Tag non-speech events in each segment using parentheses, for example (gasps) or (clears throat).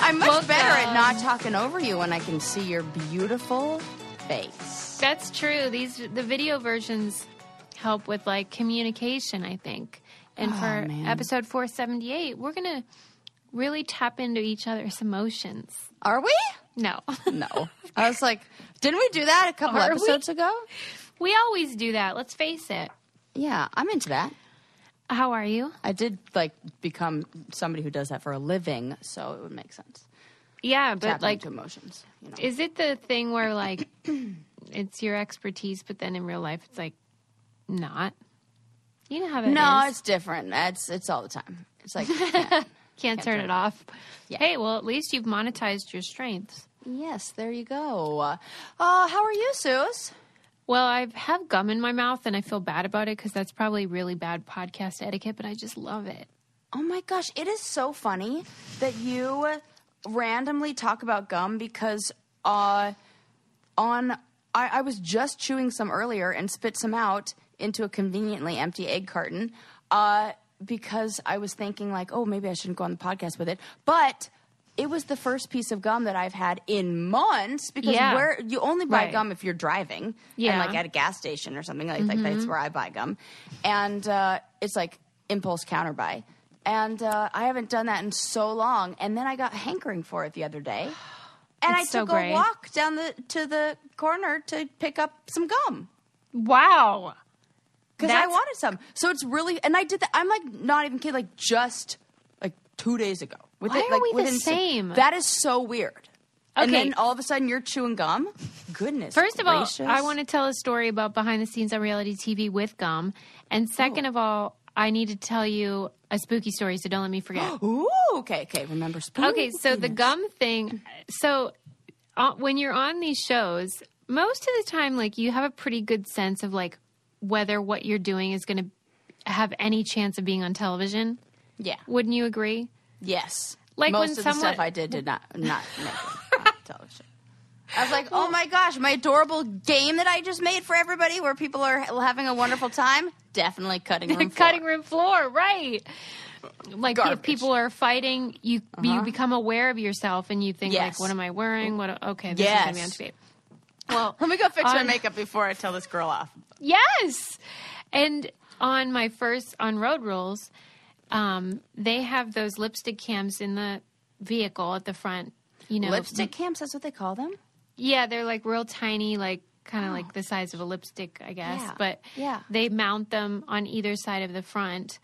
I'm much Welcome. better at not talking over you when I can see your beautiful face. That's true. These the video versions help with like communication, I think. And for Oh, man. episode 478, we're going to really tap into each other's emotions. Are we? No. (laughs) No. I was like, didn't we do that a couple Are we? episodes ago? we always do that. Let's face it. Yeah, I'm into that. How are you? I did like become somebody who does that for a living, so it would make sense. Yeah, but Tapping like into emotions, you know. is it the thing where like (clears throat) it's your expertise but then in real life it's like not? You know how that no, is. it's different. It's it's all the time. It's (laughs) like Can't, turn, it off. Yeah. Hey, well, at least you've monetized your strengths. yes, there you go. Uh, how are you, Suze? Well, I have gum in my mouth and I feel bad about it because that's probably really bad podcast etiquette, but I just love it. Oh my gosh, it is so funny that you randomly talk about gum because uh, on I, I was just chewing some earlier and spit some out into a conveniently empty egg carton uh, because I was thinking like, oh, maybe I shouldn't go on the podcast with it, but. It was the first piece of gum that I've had in months because Yeah. where you only buy Right. gum if you're driving, and Yeah. Mm-hmm. like at a gas station or something like, like that's where I buy gum, and uh, it's like impulse counter buy, and uh, I haven't done that in so long, and then I got hankering for it the other (gasps) day, and I It's so took a great. walk down the to the corner to pick up some gum Wow. because I That's- wanted some, so it's really and I did that. I'm like not even kidding, like just like two days ago. With Why are like, we the within si- same? That is so weird. And Okay. then all of a sudden you're chewing gum. Goodness. First of gracious. all, I want to tell a story about behind the scenes on reality TV with gum. And second of all, I need to tell you a spooky story, so don't let me (gasps) forget. Ooh, okay, okay. Remember spoon. okay, so the gum thing. So uh, when you're on these shows, most of the time, like you have a pretty good sense of like whether what you're doing is going to have any chance of being on television. Yeah. Wouldn't you agree? Yes. Like most when of the someone- stuff I did did not not (laughs) make it on television. I was like, oh my gosh, my adorable game that I just made for everybody, where people are having a wonderful time. Definitely cutting (laughs) room. floor. cutting room floor, right? Like if Garbage. people are fighting, you you become aware of yourself and you think Yes. like, "What am I wearing? What? Okay, this is gonna be on Yes. tape." Well, Let me go fix my on- makeup before I tell this girl off. Yes. And on my first on road rules, um, they have those lipstick cams in the vehicle at the front. You know, Lipstick cams, that's what they call them. Yeah, they're like real tiny, like kind of like the size of a lipstick, I guess. Ah. Yeah. But Yeah. they mount them on either side of the front,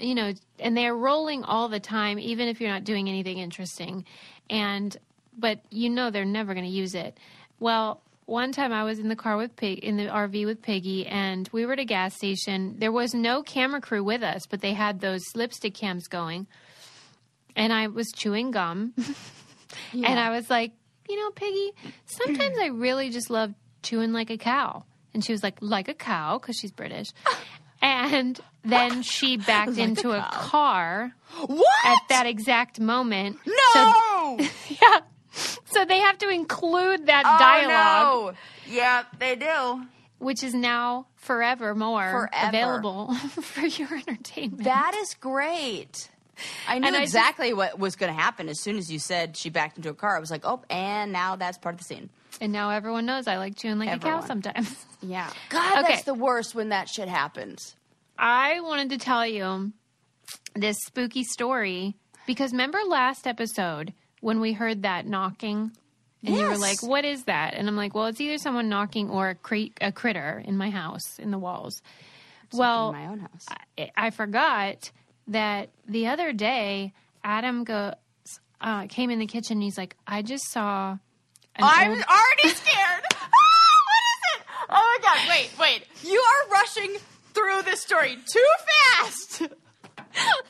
you know, and they're rolling all the time, even if you're not doing anything interesting. And but you know they're never going to use it. Well, one time I was in the car with Pig in the RV with Piggy, and we were at a gas station. There was no camera crew with us, but they had those lipstick cams going, and I was chewing gum. And I was like, you know, Piggy, sometimes I really just love chewing like a cow. And she was like, like a cow, because (laughs) she's British. And then she backed into a, car What? at that exact moment. no. So, (laughs) yeah. So they have to include that dialogue, Oh, no. Yeah, they do. which is now forevermore Forever. available (laughs) for your entertainment. That is great. I knew And I just- exactly what was going to happen as soon as you said she backed into a car. I was like, oh, and now that's part of the scene. and now everyone knows I like chewing like a Everyone. cow sometimes. Yeah. God, Okay. that's the worst when that shit happens. I wanted to tell you this spooky story because remember last episode when we heard that knocking? And you were Yes. like, what is that? And I'm like, well, it's either someone knocking or a, cre- a critter in my house, in the walls. well, in my own house. I, I forgot that the other day, Adam goes, uh, came in the kitchen and he's like, I just saw. an I'm old- already scared. (laughs) Ah, what is it? Oh my god! Wait, wait. You are rushing through this story too fast. (laughs)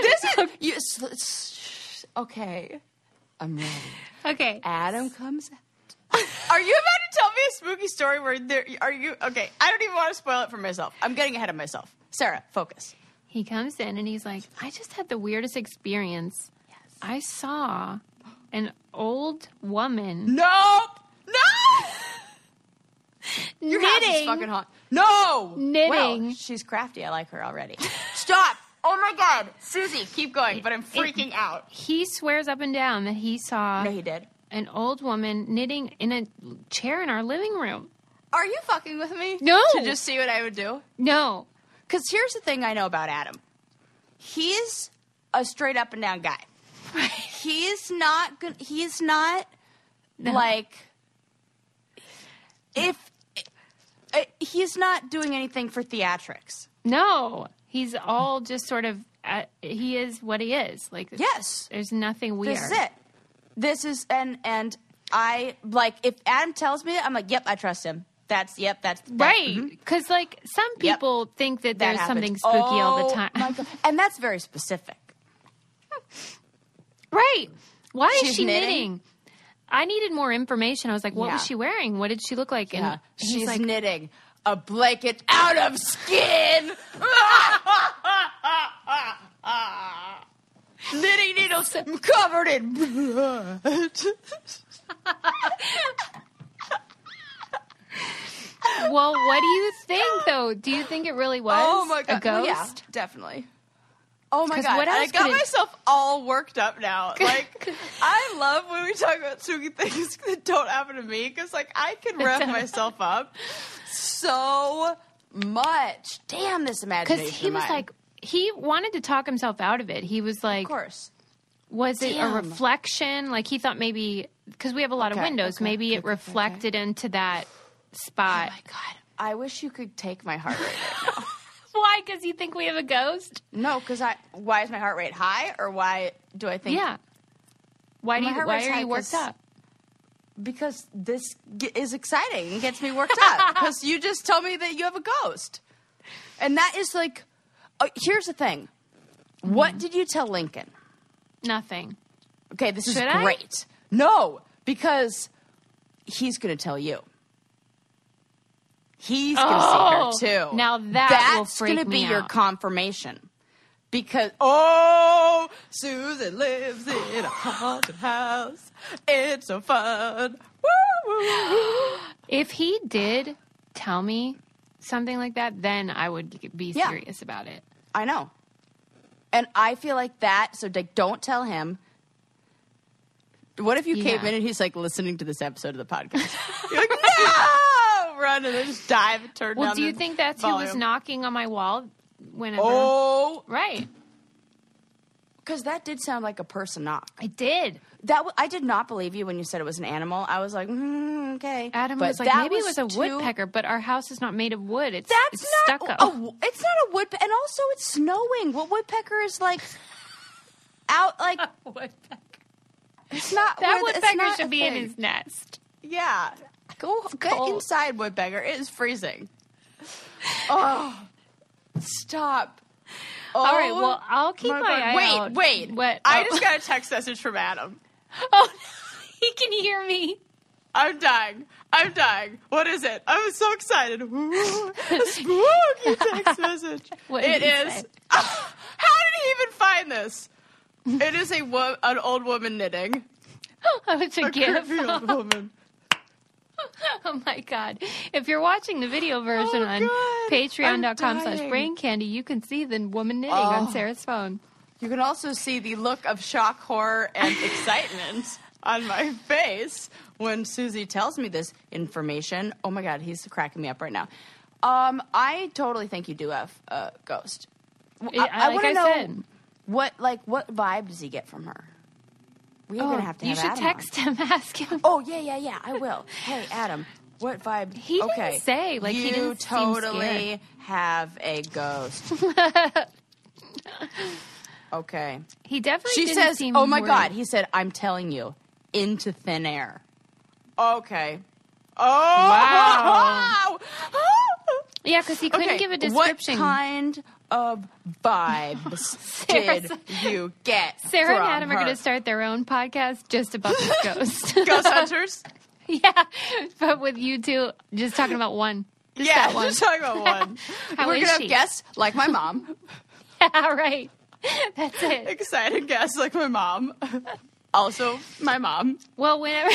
this is you, s- s- okay. I'm ready. Okay. Adam comes. out. (laughs) Are you about to tell me a spooky story where there are you? Okay, I don't even want to spoil it for myself. I'm getting ahead of myself. Sarah, focus. He comes in and he's like, I just had the weirdest experience. I saw an old woman Nope. No. Your house is knitting. fucking hot. No. Knitting. Well, she's crafty. I like her already. (laughs) Stop. Oh my god, Susie, keep going, but I'm freaking out. He swears up and down that he saw No, he did. an old woman knitting in a chair in our living room. Are you fucking with me? No. To just see what I would do? No. Because here's the thing I know about Adam he's a straight up and down guy. (laughs) He's not good. He's not like. If. eh, He's not doing anything for theatrics. No. He's all just sort of uh, he is what he is. Like Yes. There's nothing weird. This is it. This is and and I like if Adam tells me, I'm like, yep, I trust him. That's yep, that's that- Right. mhm, Cuz like some Yep. people think that that, there's happened. something spooky all Oh the time. my (laughs) God. and that's very specific. Right. Why is She's she knitting? knitting. I needed more information. I was like, what was Yeah. she wearing? What did she look like? And Yeah, he's she's like, knitting a blanket out of skin. (laughs) knitting needles covered in blood. well, what do you think though? Do you think it really was (laughs) Oh my god! a Well, ghost? yeah, definitely. Oh my 'Cause god! what I else got could it- myself all worked up (laughs) now. Like I love when we talk about spooky things (laughs) that don't happen to me because like I can rev myself up so much. Damn (laughs) this imagination. Because he of was mine. like, he wanted to talk himself out of it. He was like, of course. was it Damn. a reflection? Like he thought maybe because we have a lot of Okay, windows, okay, maybe okay, it okay, reflected into that Oh spot. my god! I wish you could take my heart rate. Why? Because you think we have a ghost? no, because I. Why is my heart rate high, or why do I think? Yeah. Why do My you? heart Why rate's are high you worked 'cause- up? Because this g- is exciting and gets me worked up. Because you just told me that you have a ghost. And that is like, uh, here's the thing. What did you tell Lincoln? Nothing. Okay, this Should is I? great. No, because he's going to tell you. He's going Oh, to see her too. now that that's will freak gonna be me your out. confirmation. Because oh, Susan lives in a haunted house. It's so fun. Woo, woo, woo. If he did tell me something like that, then I would g- be Yeah. serious about it. I know. And I feel like that. So like, don't tell him. What if you came Yeah. in and he's like listening to this episode of the podcast? (laughs) You're like, no, run and then just dive and turn. Well, down do you the think that's who was volume. knocking on my wall whenever? Oh, Right. because that did sound like a person knock. I did. That w- I did not believe you when you said it was an animal. I was like, mm, okay. Adam But was like, that maybe it was a too- woodpecker, but our house is not made of wood. It's, That's it's not stucco. a w- It's not a woodpecker, and also it's snowing. What woodpecker is like out? Like it's not. That wood- it's woodpecker not a should be in thing. his nest. Yeah. Go get cold. inside, woodpecker. It is freezing. Oh, stop. All right, Oh well, I'll keep my, eye out. Oh Wait, wait. What? I oh. just got a text message from Adam. (laughs) Oh, (laughs) he can hear me. (laughs) I'm dying. I'm dying. What is it? I'm so excited. (laughs) Ooh, a spooky text message. (laughs) What it did he is. say? (laughs) How did he even find this? It is a wo- an old woman knitting. Oh, it's a gift. Creepy old woman. (laughs) Oh my god. If you're watching the video version Oh, on God. patreon.com I'm slash dying. brain candy, you can see the woman knitting Oh. on Sarah's phone. You can also see the look of shock, horror, (laughs) and excitement on my face. when Susie tells me this information, oh my god, he's cracking me up right now. Um, I totally think you do have a ghost. I- I- like wanna I know said. what like what vibe does he get from her? We're Oh, gonna have to. you have should Adam on. text him, (laughs) ask him. Oh yeah, yeah, yeah. I will. hey, Adam, what vibe? He didn't okay. say, like, you he didn't seem totally scared. have a (laughs) ghost. okay. He definitely She didn't says, seem "Oh my worried. god." He said, "I'm telling you, into thin air." Okay. Oh! Wow. Yeah, because he couldn't (laughs) Okay, give a What description. kind of (laughs) vibes did you get? Sarah from and Adam are her? going to start their own podcast just about this (laughs) ghost. (laughs) (laughs) Ghost hunters. yeah, but with you two just talking about one. (laughs) Just yeah, that one. just talking about one. (laughs) How We're is gonna she? have guests like my mom. Yeah, right. (laughs) That's (laughs) it. Excited guess like my (laughs) mom. also, my mom. (laughs) Well, whenever.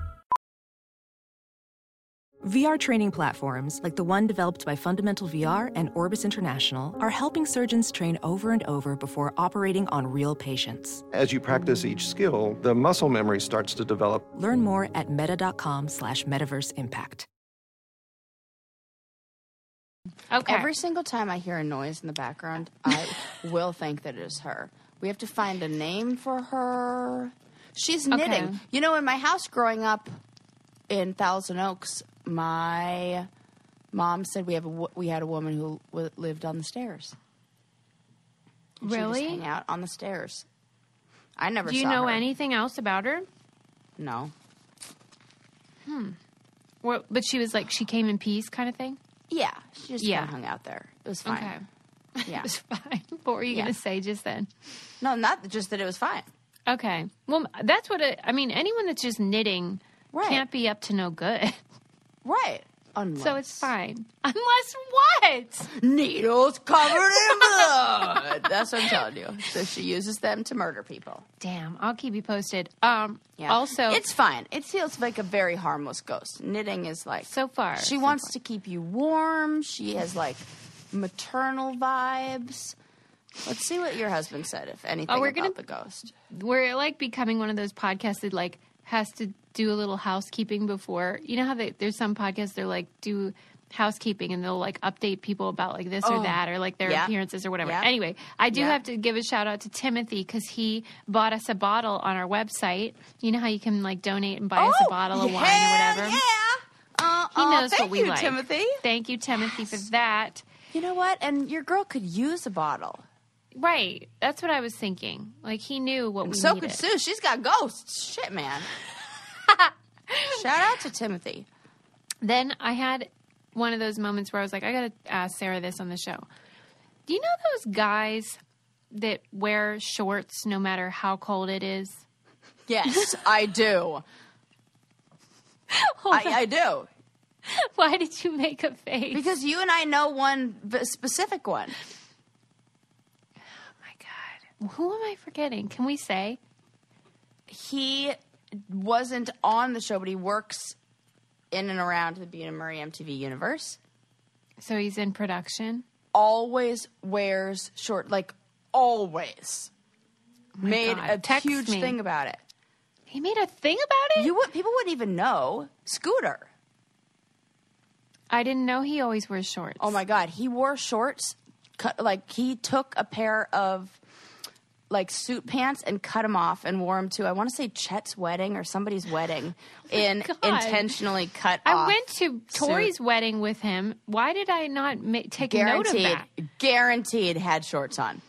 VR training platforms like the one developed by Fundamental VR and Orbis International are helping surgeons train over and over before operating on real patients. As you practice each skill, the muscle memory starts to develop. Learn more at meta.com slash metaverse impact. Okay. Every single time I hear a noise in the background, (laughs) I will think that it is her. We have to find a name for her. She's knitting. Okay. You know, in my house growing up in Thousand Oaks, my mom said we have a, wo- we had a woman who w- lived on the stairs. And she would just really? hang out on the stairs. I never. Do you saw know her. anything else about her? No. What, but she was like, she came in peace, kind of thing. Yeah, she just Yeah. kinda hung out there. It was fine. Okay. Yeah. (laughs) It was fine. What were you Yeah. going to say just then? no, not just that it was fine. Okay. Well, that's what it, I mean. Anyone that's just knitting Right. can't be up to no good. (laughs) Right. Unless So it's fine. (laughs) Unless what? (laughs) needles covered (laughs) in blood. That's what I'm telling you. So she uses them to murder people. Damn, I'll keep you posted. Um Yeah. also it's fine. It feels like a very harmless ghost. Knitting is like So far, She so wants to keep you warm. She has like maternal vibes. Let's see what your husband said, if anything, Oh, we're about gonna- the ghost. we're like becoming one of those podcasts that like has to do a little housekeeping before. You know how they, there's some podcasts they're like do housekeeping and they'll like update people about like this or that or like their Oh. Yeah. appearances or whatever. Yeah. Anyway, I do Yeah. have to give a shout out to Timothy cuz he bought us a bottle on our website. You know how you can like donate and buy us a bottle of wine or hell whatever. Oh, Yeah. Uh, He knows thank what we you, like. Timothy. Thank you, Timothy, for that. You know what? And your girl could use a bottle. Right. That's what I was thinking. Like he knew what we So needed. could Sue. She's got ghosts. Shit, (laughs) man. Shout out to Timothy. Then I had one of those moments where I was like, I got to ask Sarah this on the show. Do you know those guys that wear shorts no matter how cold it is? (laughs) Yes, (laughs) I do. I, I do. Why did you make a face? Because you and I know one v- specific one. oh my God. Who am I forgetting? Can we say? He wasn't on the show, but he works in and around the Buna Murray MTV universe. So he's in production. Always wears short, like always. Made God. a Text huge me. thing about it. He made a thing about it? You would, people wouldn't even know Scooter. I didn't know he always wears shorts. Oh my god, he wore shorts. Cut, like he took a pair of like suit pants and cut them off and wore them to I want to say Chet's wedding or somebody's (laughs) wedding in God. intentionally cut I off. went to Tori's wedding with him. Why did I not ma- take note of guaranteed that? guaranteed had shorts on.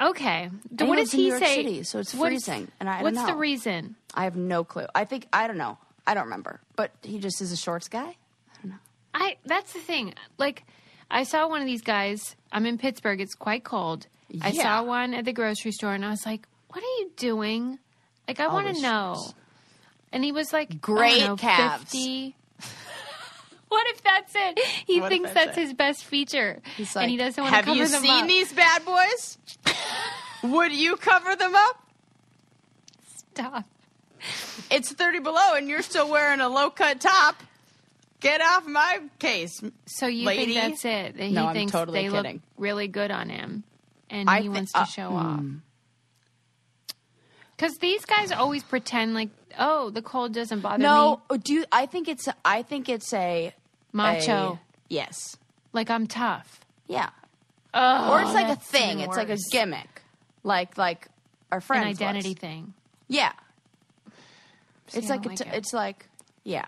Okay. he what lives does in he New York say? City, so it's what is- freezing, and I don't what's the know. reason? I have no clue. I think I don't know. I don't remember. But he just is a shorts guy. I that's the thing. Like I saw one of these guys. I'm in Pittsburgh. It's quite cold. I Yeah. saw one at the grocery store, and I was like, "What are you doing?" Like I want Always to know. And he was like, I Great don't know, calves. 50. (laughs) what if that's it? (laughs) He What if thinks that's that's it? his best feature, He's and he like, doesn't want to "Have cover you them seen up." these bad (laughs) boys? Would you cover them up? Stop. It's 30 below and you're still wearing a low cut top. Get off my case. So you Lady? think that's it? That he No, I'm thinks totally they look kidding. really good on him, and I he thi- wants to uh, show off. Because these guys always pretend like, oh, the cold doesn't bother No, do you, I think it's I think it's a me. Macho, a- yes. like I'm tough. Yeah. Oh, or it's like a that's thing. even It's like a worse. gimmick. Like like our An friends. was. identity thing. Yeah. I It's like, don't a like t- it. it's like yeah.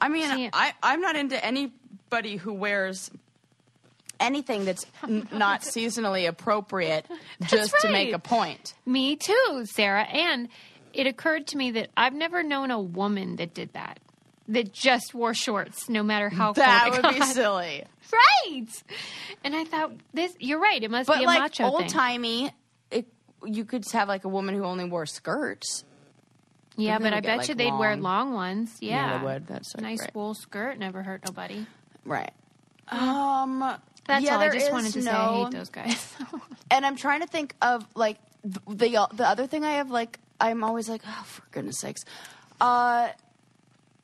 I mean, See, I, I'm not into anybody who wears anything that's (laughs) n- not seasonally appropriate just to make right. a point. Me too, Sarah. And it occurred to me that I've never known a woman that did that, that just wore shorts no matter how Oh That cold it would be got. silly. (laughs) Right. And I thought this. You're right. It must But be a like macho old thing. timey, it- you could have like a woman who only wore skirts. yeah, but they I get, bet like, you they'd wear long- long ones. Yeah, they would. That's right, nice right. wool skirt. Never hurt nobody. Right. Um. That's yeah, all. I there just wanted is to no, say I hate (laughs) those guys. And I'm trying to think of like th- the the other thing I have like I'm always like oh for goodness sakes, uh,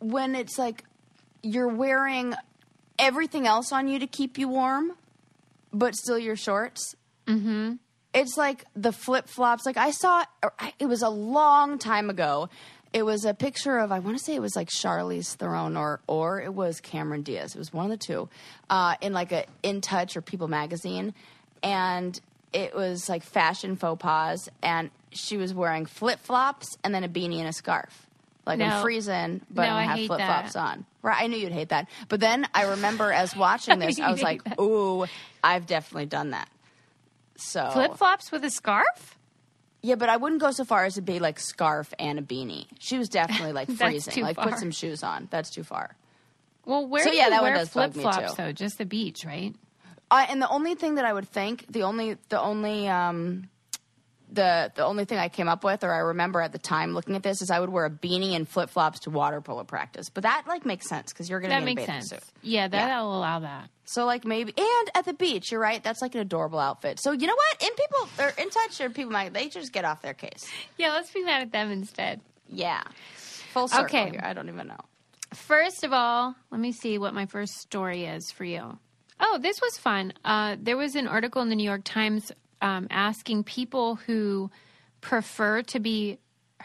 when it's like you're wearing everything else on you to keep you warm, but still your shorts. It's like the flip flops. Like I saw or I- it was a long time ago. It was a picture of I want to say it was like Charlize Theron or or it was Cameron Diaz. It was one of the two uh, in like a In Touch or People magazine, and it was like fashion faux pas, and she was wearing flip flops and then a beanie and a scarf. Like No. I'm freezing, but No, I I have hate flip flops that. on. Right, I knew you'd hate that. But then I remember as (laughs) watching this, I was like, "Ooh, I've definitely done that." So (laughs) Flip flops with a scarf. yeah, but I wouldn't go so far as to be like scarf and a beanie. She was definitely like (laughs) That's freezing. too Like far. put some shoes on. That's too far. Well, where So, do yeah, you that one wear does bug flip me, flops too. though? Just the beach, right? Uh, and the only thing that I would think, the only, the only, um, the the only thing I came up with, or I remember at the time looking at this, is I would wear a beanie and flip flops to water polo practice. But that like makes sense because you're going to That be in makes a bathing sense. suit. Yeah, that I'll allow that. So like maybe and at the beach, you're right. That's like an adorable outfit. So you know what? In people or in touch or people might they just get off their case. Yeah, let's be mad at them instead. Yeah, full circle. Okay. here. I don't even know. First of all, let me see what my first story is for you. Oh, this was fun. Uh, there was an article in the New York Times um, asking people who prefer to be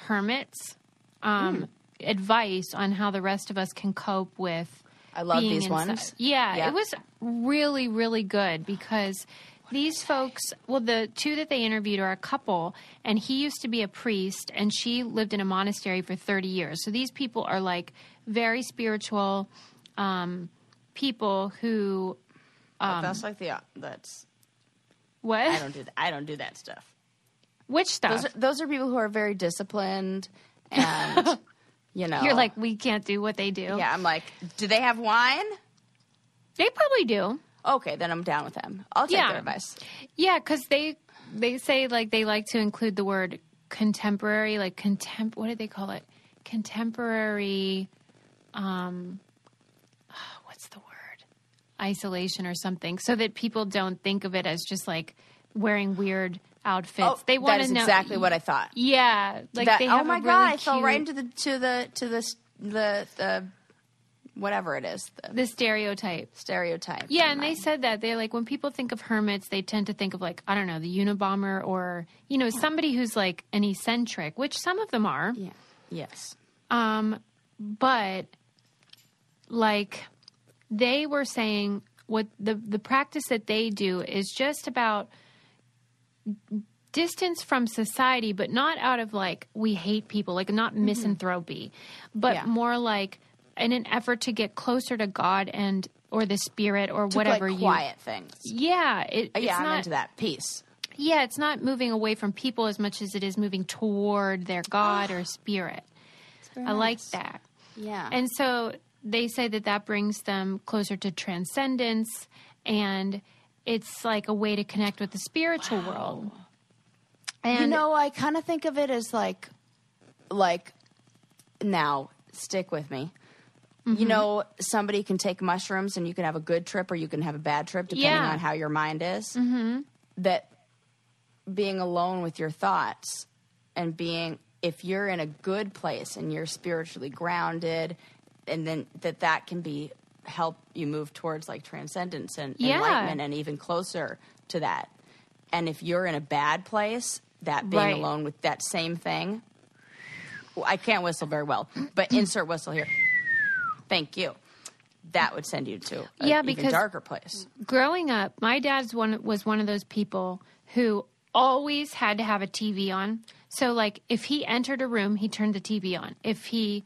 hermits Hmm. um, advice on how the rest of us can cope with. I love being these inside. ones. Yeah, Yeah. it was really, really good because these folks, well, the two that they interviewed are a couple, and he used to be a priest, and she lived in a monastery for 30 years. So these people are like very spiritual um, people who, that's like the uh, that's what? I don't do that. I don't do that stuff. Which stuff? Those are, those are people who are very disciplined (laughs) and you know You're like, we can't do what they do. yeah. I'm like, do they have wine? They probably do. Okay, then I'm down with them. I'll take Yeah. their advice. Yeah, because they they say like they like to include the word contemporary, like contempt. What do they call it? Contemporary. Um, (sighs) what's the word? Isolation or something, so that people don't think of it as just like wearing weird outfits. they want Oh, that to is know exactly what I thought. Yeah, like that, they oh have my a god! really I fell cute- right into the to the to the s- the the whatever it is the the stereotype. stereotype. Yeah, and they said that they're like when people think of hermits, they tend to think of like I don't know the Unabomber or you know somebody who's like an eccentric, which some of them are. yeah. Yes. Um, but like they were saying, what the the practice that they do is just about distance from society, but not out of like we hate people, like not misanthropy, but Mm-hmm. Yeah. more like in an effort to get closer to God and or the spirit or Took, whatever like, you quiet things. yeah, it, it's Oh, yeah, not, I'm into that piece. Yeah, it's not moving away from people as much as it is moving toward their (gasps) God or spirit. I like that. Yeah. And so they say that that brings them closer to transcendence and it's like a way to connect with the spiritual world. And you know, I kind of think of it as like, like, now stick with me. Mm-hmm. You know, somebody can take mushrooms and you can have a good trip or you can have a bad trip depending Yeah. on how your mind is. Mm-hmm. That being alone with your thoughts and being, if you're in a good place and you're spiritually grounded, and then that that can be help you move towards like transcendence and Yeah. enlightenment and even closer to that. And if you're in a bad place, that being Right. alone with that same thing, well, I can't whistle very well, (clears throat) but insert whistle here. Thank you. That would send you to a Yeah, even because- darker place. growing up, my dad's one was one of those people who always had to have a TV on. So like if he entered a room, he turned the TV on. If he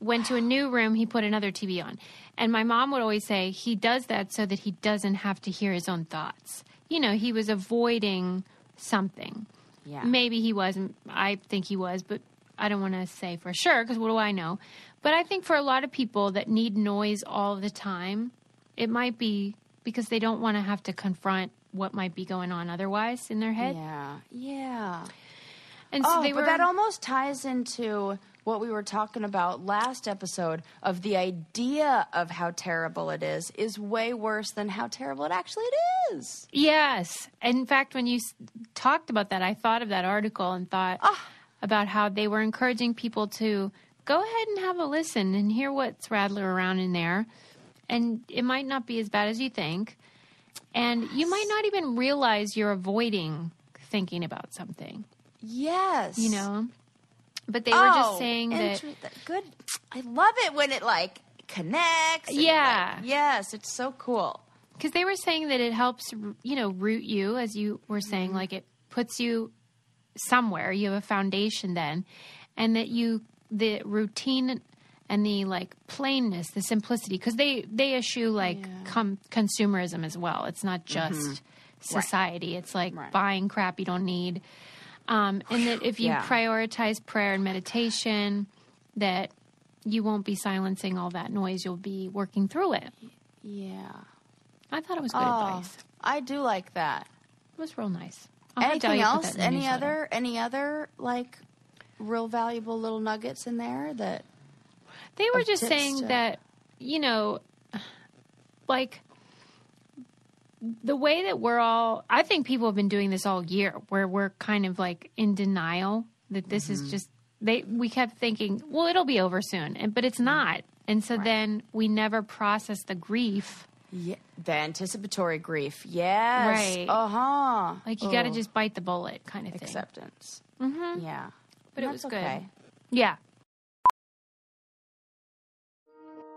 went to a new room, he put another TV on. And my mom would always say he does that so that he doesn't have to hear his own thoughts. You know, he was avoiding something. Yeah. Maybe he wasn't. I think he was, but I don't want to say for sure because what do I know? But I think for a lot of people that need noise all the time, it might be because they don't want to have to confront what might be going on otherwise in their head. Yeah. Yeah. And so Oh, they but were that almost ties into what we were talking about last episode of the idea of how terrible it is is way worse than how terrible it actually it is. Yes. And in fact, when you s- talked about that, I thought of that article and thought Ah. about how they were encouraging people to go ahead and have a listen and hear what's rattling around in there. And it might not be as bad as you think. And you might not even realize you're avoiding thinking about something, Yes. you know? But they oh, were just saying that. inter- good. I love it when it like connects. and, like, Yeah. yes, it's so cool. because they were saying that it helps you know root you as you were saying like it puts you somewhere you have a foundation then and that you the routine and the like plainness the simplicity because they they eschew like com- consumerism as well it's not just society it's like buying crap you don't need um, and that if you Yeah. prioritize prayer and meditation that you won't be silencing all that noise you'll be working through it Yeah. I thought it was good advice. Oh, I do like that. It was real nice. I'll have Anything Dahlia put else? that in the Any newsletter. other any other like real valuable little nuggets in there that They were of just tips saying to- that, you know, like the way that we're all, I think people have been doing this all year where we're kind of like in denial that this Mm-hmm. is just, they, we kept thinking, well, it'll be over soon, and, but Mm-hmm. it's not. And so then we never process the grief. yeah, the anticipatory grief. Yes. Right. Uh-huh. Like you got to just bite the bullet kind of thing. acceptance. Mm-hmm. Yeah. but it That's was good. okay. Yeah.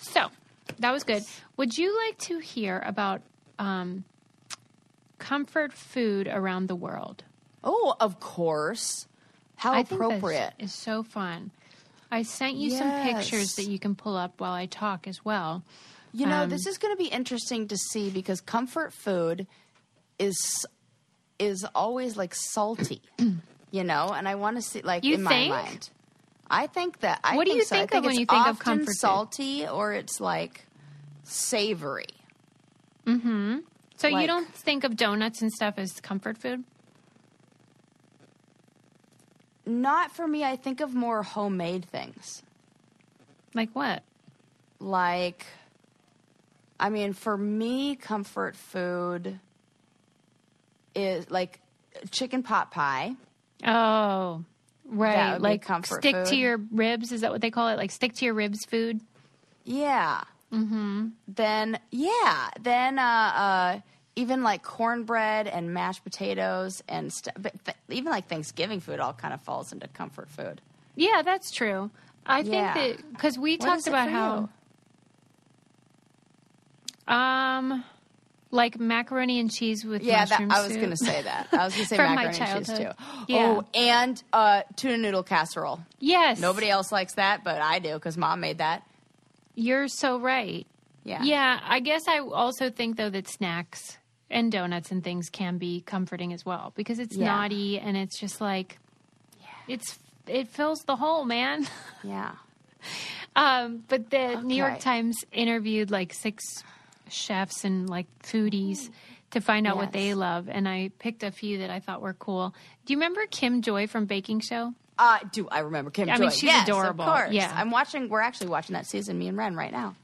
So that was good. Would you like to hear about um, comfort food around the world? Oh, of course. How I think that's- Oh, appropriate. It's so fun. I sent you some pictures Yes. that you can pull up while I talk as well. You know, Um, this is going to be interesting to see because comfort food is is always like (clears throat) salty, you know, and I want to see like You in think? my mind. I think that I What do think you so. I think of think when it's you think of often comfort food? salty or it's like savory. So you Like- don't think of donuts and stuff as comfort food? Not for me. I think of more homemade things. Like what? like i mean for me comfort food is like chicken pot pie Oh, right. would be like comfort stick to food. your ribs. Is that what they call it? Like stick to your ribs food? yeah mm-hmm. then yeah then uh, uh, even like cornbread and mashed potatoes and stuff but th- even like thanksgiving food all kind of falls into comfort food Yeah, that's true. I Yeah. think that because we What talked is it about for how, um, like macaroni and cheese with yeah that, mushroom i was soup. gonna say that i was gonna say (laughs) From my macaroni and cheese too childhood. Yeah. oh and uh, tuna noodle casserole Yes, nobody else likes that but i do because mom made that You're so right. yeah Yeah, I guess I also think though that snacks and donuts and things can be comforting as well because it's Yeah. naughty and it's just like, it's it fills the hole, man. (laughs) yeah Um, but the New York Okay. Times interviewed like six chefs and like foodies to find out what they Yes. love, and I picked a few that I thought were cool. Do you remember Kim Joy from Baking Show? Uh, do I remember Kim I Joy? mean, she's yes, adorable. Of course. Yeah. I'm watching. We're actually watching that season. Me and Ren right now.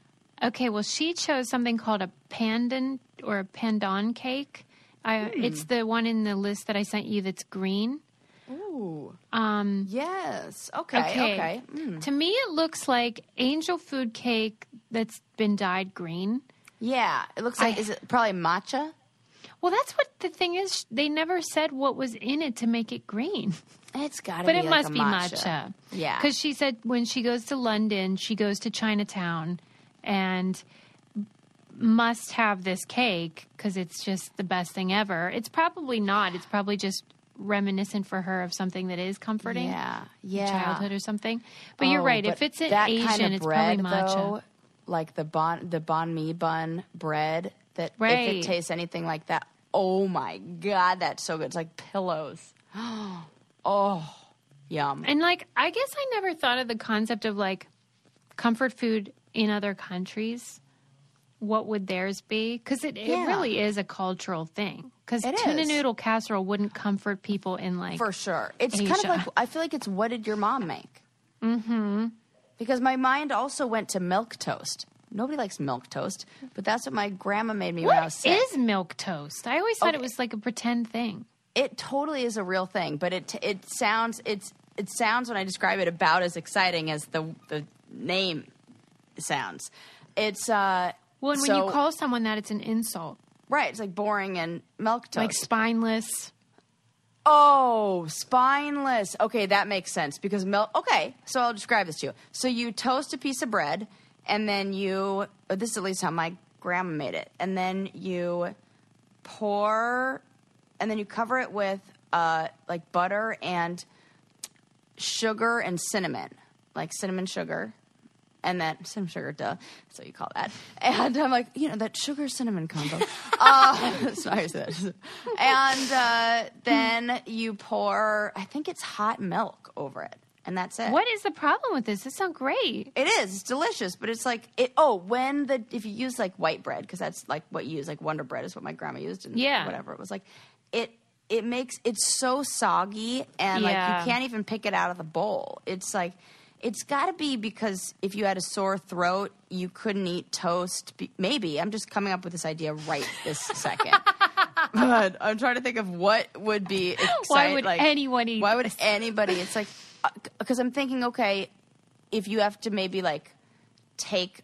Okay, well, she chose something called a pandan or a pandan cake. I, Hmm. It's the one in the list that I sent you that's green. Yes. Okay. Okay. Hmm. To me, it looks like angel food cake that's been dyed green. Yeah. It looks like. I- is it probably matcha? Well, that's what the thing is. They never said what was in it to make it green. (laughs) It's got to But be it like must a be matcha. Yeah. Because she said when she goes to London, she goes to Chinatown and must have this cake because it's just the best thing ever. It's probably not. It's probably just reminiscent for her of something that is comforting. Yeah. Yeah. Childhood or something. But you're Oh, right. but If it's an that Asian, kind of it's bread, probably matcha. Though, like the bon the banh mi bun bread that if Right. it tastes anything like that, oh my god, that's so good. It's like pillows. (gasps) oh, yum. And like, I guess I never thought of the concept of like comfort food in other countries. What would theirs be? Because it, Yeah. it really is a cultural thing. Because It tuna is. noodle casserole wouldn't comfort people in like For sure. It's kind of Asia. like I feel like it's what did your mom make? Mm-hmm. Because my mind also went to milk toast. Nobody likes milk toast, but that's what my grandma made me when I was What sick. is milk toast? I always thought it was like a pretend thing. it totally is a real thing, but it it sounds it's it sounds when I describe it about as exciting as the the name sounds. It's uh Well, and when so- you call someone that, it's an insult, right, it's like boring and milk toast. like spineless. Oh, spineless. Okay, that makes sense because milk. Okay, so I'll describe this to you. So you toast a piece of bread, and then you. oh, This is at least how my grandma made it, and then you pour, and then you cover it with uh, like butter and sugar and cinnamon, like cinnamon sugar. And then cinnamon sugar, duh. So you call that. And I'm like, you know, that sugar cinnamon combo. uh, (laughs) sorry, I said that. And uh, then you pour, I think it's hot milk over it. And that's it. What is the problem with this? This sounds great. It is. It's delicious, but it's like it. Oh, when the if you use like white bread because that's like what you use, like Wonder Bread is what my grandma used, and Yeah. whatever it was like, it it makes it's so soggy and like Yeah. you can't even pick it out of the bowl. It's like it's got to be because if you had a sore throat, you couldn't eat toast. Be- Maybe I'm just coming up with this idea right this second. but I'm trying to think of what would be. Excite, would like, anyone eat Why would this? anybody? It's like because I'm thinking, okay, if you have to maybe like take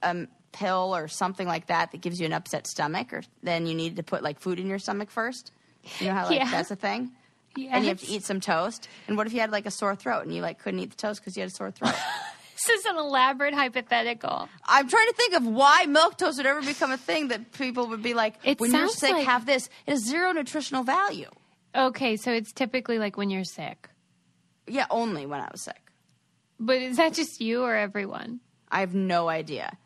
a pill or something like that that gives you an upset stomach, or then you need to put like food in your stomach first. You know how like Yeah. that's a thing. And you have to Yes. eat some toast. And what if you had like a sore throat and you like couldn't eat the toast because you had a sore (laughs) throat? This is an elaborate hypothetical. I'm trying to think of why milk toast would ever become a thing that people would be like, It when you're sounds sick, like- have this. It has zero nutritional value. Okay, so it's typically like when you're sick. Yeah, only when I was sick. But is that just you or everyone? I have no idea.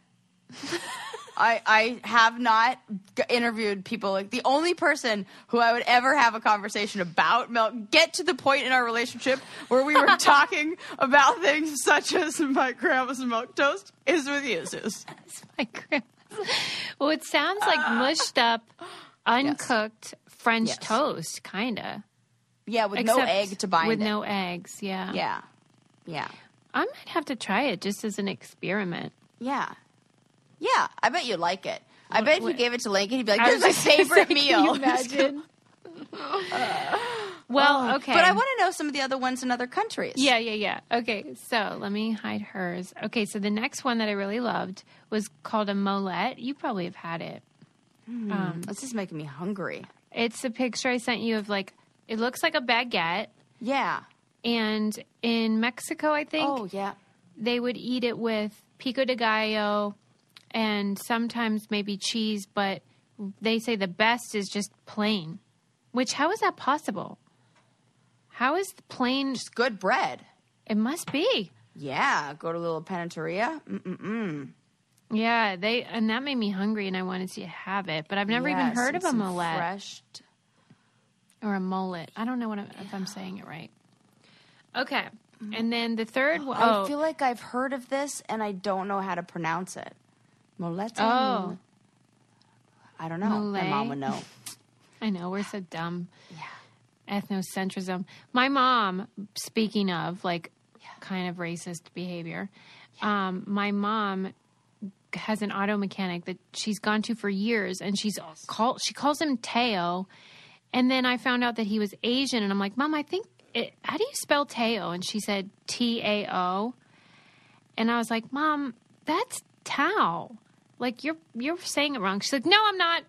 (laughs) I I have not g- interviewed people like the only person who I would ever have a conversation about milk get to the point in our relationship where we (laughs) were talking about things such as my grandma's milk toast is with you, Zeus. (laughs) My grandma's. Well, it sounds like mushed up, uncooked French Ah. Yes. toast, kind of. Yeah, with no egg to bind With it. no eggs, yeah. yeah, yeah, I might have to try it just as (laughs) an experiment. yeah, yeah. I bet you like it. I bet if you what- gave it to Lincoln, he'd be like, I "This is my was just favorite gonna say, meal." Can (laughs) you imagine? (laughs) well, okay. Oh, But I want to know some of the other ones in other countries. Yeah, yeah, yeah. Okay, so let me hide hers. Okay, so the next one that I really loved was called a molette. You probably have had it. this is making me hungry. It's a picture I sent you of like it looks like a baguette, Yeah. and in Mexico, I think Oh yeah. they would eat it with pico de gallo and sometimes maybe cheese, but they say the best is just plain. Which how is that possible? How is the plain? It's good bread. It must be. Yeah, go to a little panetteria. Mm, Yeah, they and that made me hungry, and I wanted to have it, but I've never even yes, heard and of a some millet Fresh. or a mullet. I don't know what I'm, if I'm saying it right. Okay, and then the third one. Oh, Mm-hmm. I feel like I've heard of this and I don't know how to pronounce it. Molette. oh, I don't know. My mom Mollet. would know. I know we're so dumb. Yeah, ethnocentrism. My mom, speaking of like kind of racist behavior, um, my mom has an auto mechanic that she's gone to for years, and she's called. She calls him Teo, and then I found out that he was Asian, and I'm like, Mom, I think. It, how do you spell Teo? And she said T A O, and I was like, Mom, that's Tao. like you're you're saying it wrong. She's like, no, I'm not.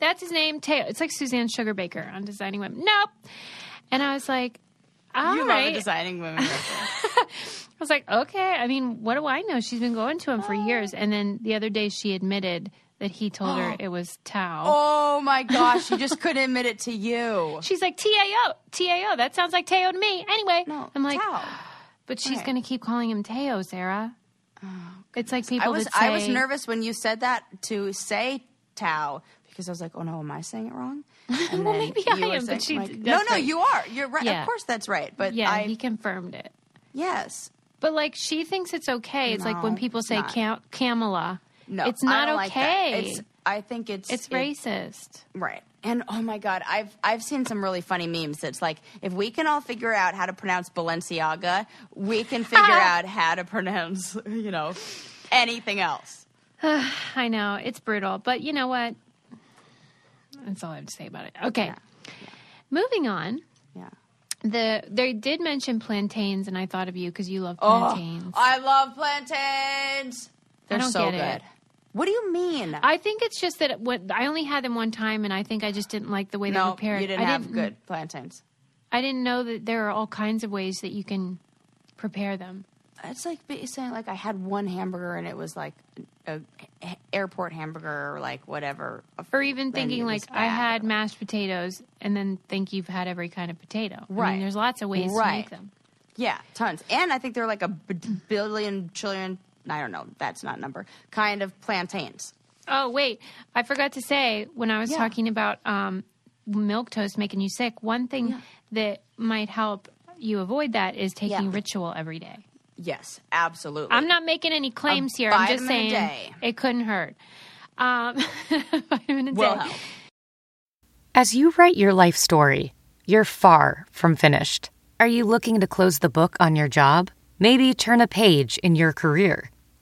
That's his name. Teo. It's like Suzanne Sugar Baker on Designing Women. Nope. And I was like, all You love right. a designing women. I was like, okay. I mean, what do I know? She's been going to him Oh. for years. And then the other day, she admitted that he (gasps) told her it was Tao. (laughs) Oh my gosh, you just couldn't admit it to you. She's like, T-A-O, T-A-O. That sounds like Teo to me. Anyway, No, I'm like, Tao. but she's going to keep calling him Teo, Sarah. it's like people Oh, I was that say, I was nervous when you said that to say Tao because I was like, oh no, am I saying it (laughs) wrong? And Well, then maybe you I were am, saying- but she- like, that's no, no, right. you are. You're right. Yeah. Of course, that's right. But Yeah, I he confirmed it. yes, But like, she thinks it's okay. It's like when No, people it's say not. Cam- Camela. no, it's I not don't like that. okay. It's, I think it's it's it- racist. Right. And oh my god, I've I've seen some really funny memes that's like if we can all figure out how to pronounce Balenciaga, we can figure (laughs) out how to pronounce, (laughs) you know, anything else. I know it's brutal, but you know what? That's all I have to say about it. Okay, moving on. Yeah. The they did mention plantains, and I thought of you because you love Oh. plantains. I love plantains. They're don't so get good. it. What do you mean? I think it's just that when, I only had them one time, and I think I just didn't like the way they no, prepared. you didn't I have good plantains. I didn't know that there are all kinds of ways that you can prepare them. It's like be- saying like I had one hamburger and it was like a, a- airport hamburger or like whatever. Or even thinking Randy was like I bad. had mashed potatoes, and then think you've had every kind of potato. I Right. mean, there's lots of ways to Right. make them. Yeah, tons. And I think there are like a b- billion trillion, I don't know, that's not a number, kind of plantains. Oh wait, I forgot to say when I was Yeah. talking about um, milk toast making you sick. One thing that might help you avoid that is taking Yeah. ritual every day. Yes, absolutely. I'm not making any claims here. I'm just vitamin a saying day. it couldn't hurt. Um, (laughs) vitamin a Will day. help. As you write your life story, you're far from finished. Are you looking to close the book on your job? Maybe turn a page in your career?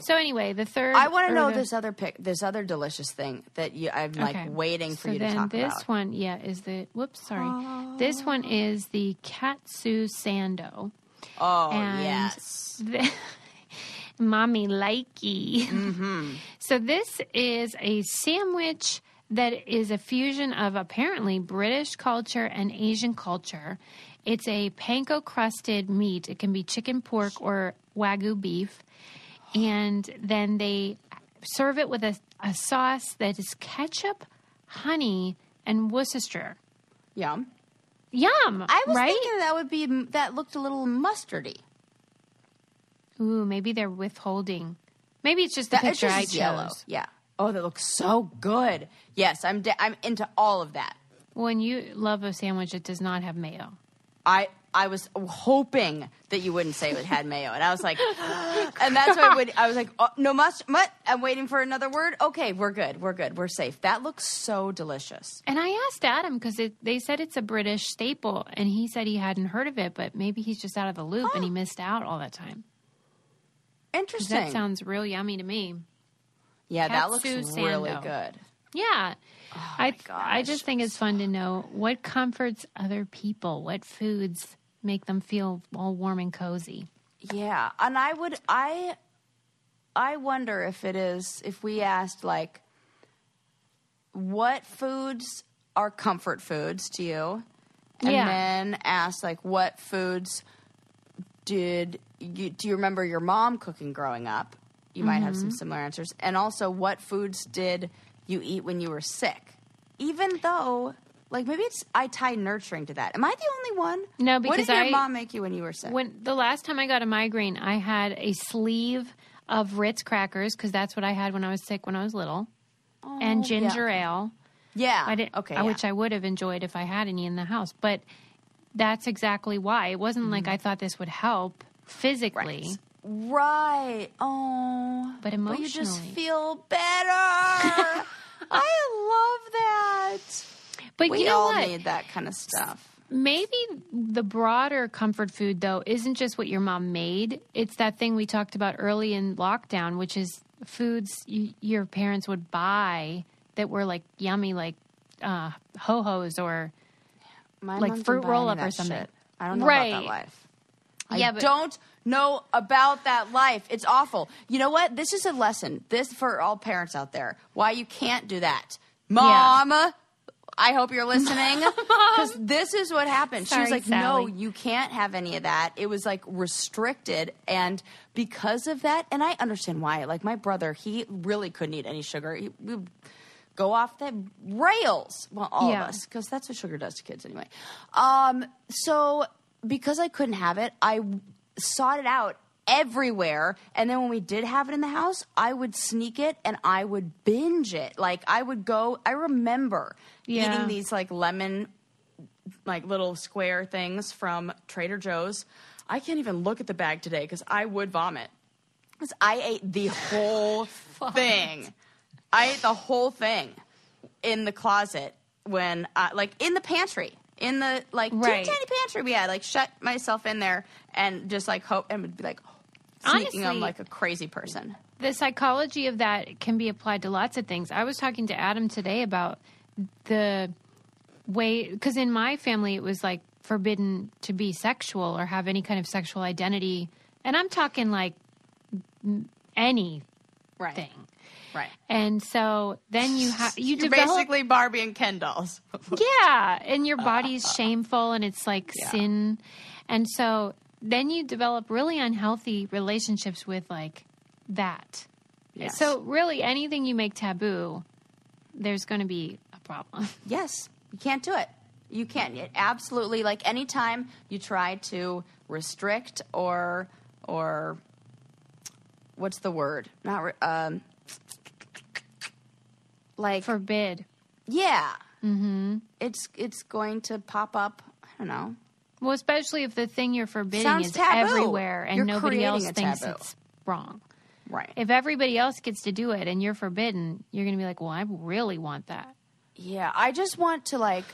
So anyway, the third. I want or to know the- this other pick, this other delicious thing that you, I'm Okay. like waiting for So you to then talk this about. one, yeah, is the whoops, sorry. This one is the katsu sando. Oh, and yes. the- mommy likey. Mm-hmm. (laughs) So this is a sandwich that is a fusion of apparently British culture and Asian culture. It's a panko crusted meat. It can be chicken, pork, or wagyu beef, and then they serve it with a, a sauce that is ketchup, honey, and Worcestershire. Yum. Yum! I was right? thinking that would be, that looked a little mustardy. Ooh, maybe they're withholding. Maybe it's just the That, it's picture just I it's chose. yellow. Yeah. Oh, that looks so good. Yes, I'm, de- I'm into all of that. When you love a sandwich that does not have mayo. I I was hoping that you wouldn't say it had mayo, and I was (laughs) like, (gasps) and that's why I, would, I was like, oh, no must, mut. I'm waiting for another word. Okay, we're good, we're good, we're safe. That looks so delicious. And I asked Adam because they said it's a British staple, and he said he hadn't heard of it, but maybe he's just out of the loop and he missed out all that time. 'Cause Interesting. That sounds real yummy to me. yeah, that looks katsu really sando. good. Yeah. I I just think it's fun to know what comforts other people, what foods make them feel all warm and cozy. Yeah, and I would I I wonder if it is if we asked like what foods are comfort foods to you and Yeah. then asked like what foods did you do you remember your mom cooking growing up? You might have Mm-hmm. some similar answers. And also what foods did you eat when you were sick? Even though like maybe it's I tie nurturing to that. Am I the only one? No, what because did your I- mom make you when you were sick? When the last time I got a migraine, I had a sleeve of Ritz crackers because that's what I had when I was sick when I was little, and ginger ale. yeah. I didn't, okay. uh, yeah. which I would have enjoyed if I had any in the house. But that's exactly why it wasn't like I thought this would help physically. Mm-hmm. Right. Oh. But you just emotionally. (laughs) feel better. I love that. But We you know all what? need that kind of stuff. Maybe the broader comfort food, though, isn't just what your mom made. It's that thing we talked about early in lockdown, which is foods y- your parents would buy that were like yummy, like uh, ho hos or My like mom didn't fruit buy any roll of up that or something. shit. I don't know about Right. that life. I Yeah, but- don't know about that life. It's awful. You know what? This is a lesson. This for all parents out there. Why you can't do that. Mom, I hope you're (laughs) listening cuz this is what happened. she was Sorry, like, Sally. "No, you can't have any of that." It was like restricted and because of that, and I understand why. Like my brother, he really couldn't eat any sugar. He we would go off the rails. Well, all Yeah. of us because that's what sugar does to kids anyway. Um, so because I couldn't have it, I w- sought it out everywhere. And then when we did have it in the house, I would sneak it and I would binge it. Like I would go. I remember Yeah. eating these like lemon, like little square things from Trader Joe's. I can't even look at the bag today because I would vomit. 'Cause I ate the (laughs) whole thing. I ate the whole thing in the closet when, I, like, in the pantry, in the like Right. teeny tiny pantry we had. Like, shut myself in there and just like hope and would be like sneaking them Honestly- like a crazy person. the psychology of that can be applied to lots of things. I was talking to Adam today about the way because in my family it was like forbidden to be sexual or have any kind of sexual identity, and I'm talking like n- anything. Right. Right. And so then you have (laughs) you You're develop basically Barbie and Ken dolls. yeah, and Uh, your body's shameful and it's like sin. And so then you develop really unhealthy relationships with like that. Yes. So really anything you make taboo, there's going to be a problem. (laughs) Yes, you can't do it. You can't. It absolutely, like anytime you try to restrict or or what's the word? Not re- um, like Forbid. yeah. Mm-hmm. It's it's going to pop up. I don't know. Well, especially if the thing you're forbidding Sounds is taboo. everywhere and You're nobody creating else a thinks taboo. it's wrong. Right. If everybody else gets to do it and you're forbidden, you're going to be like, "Well, I really want that." Yeah, I just want to like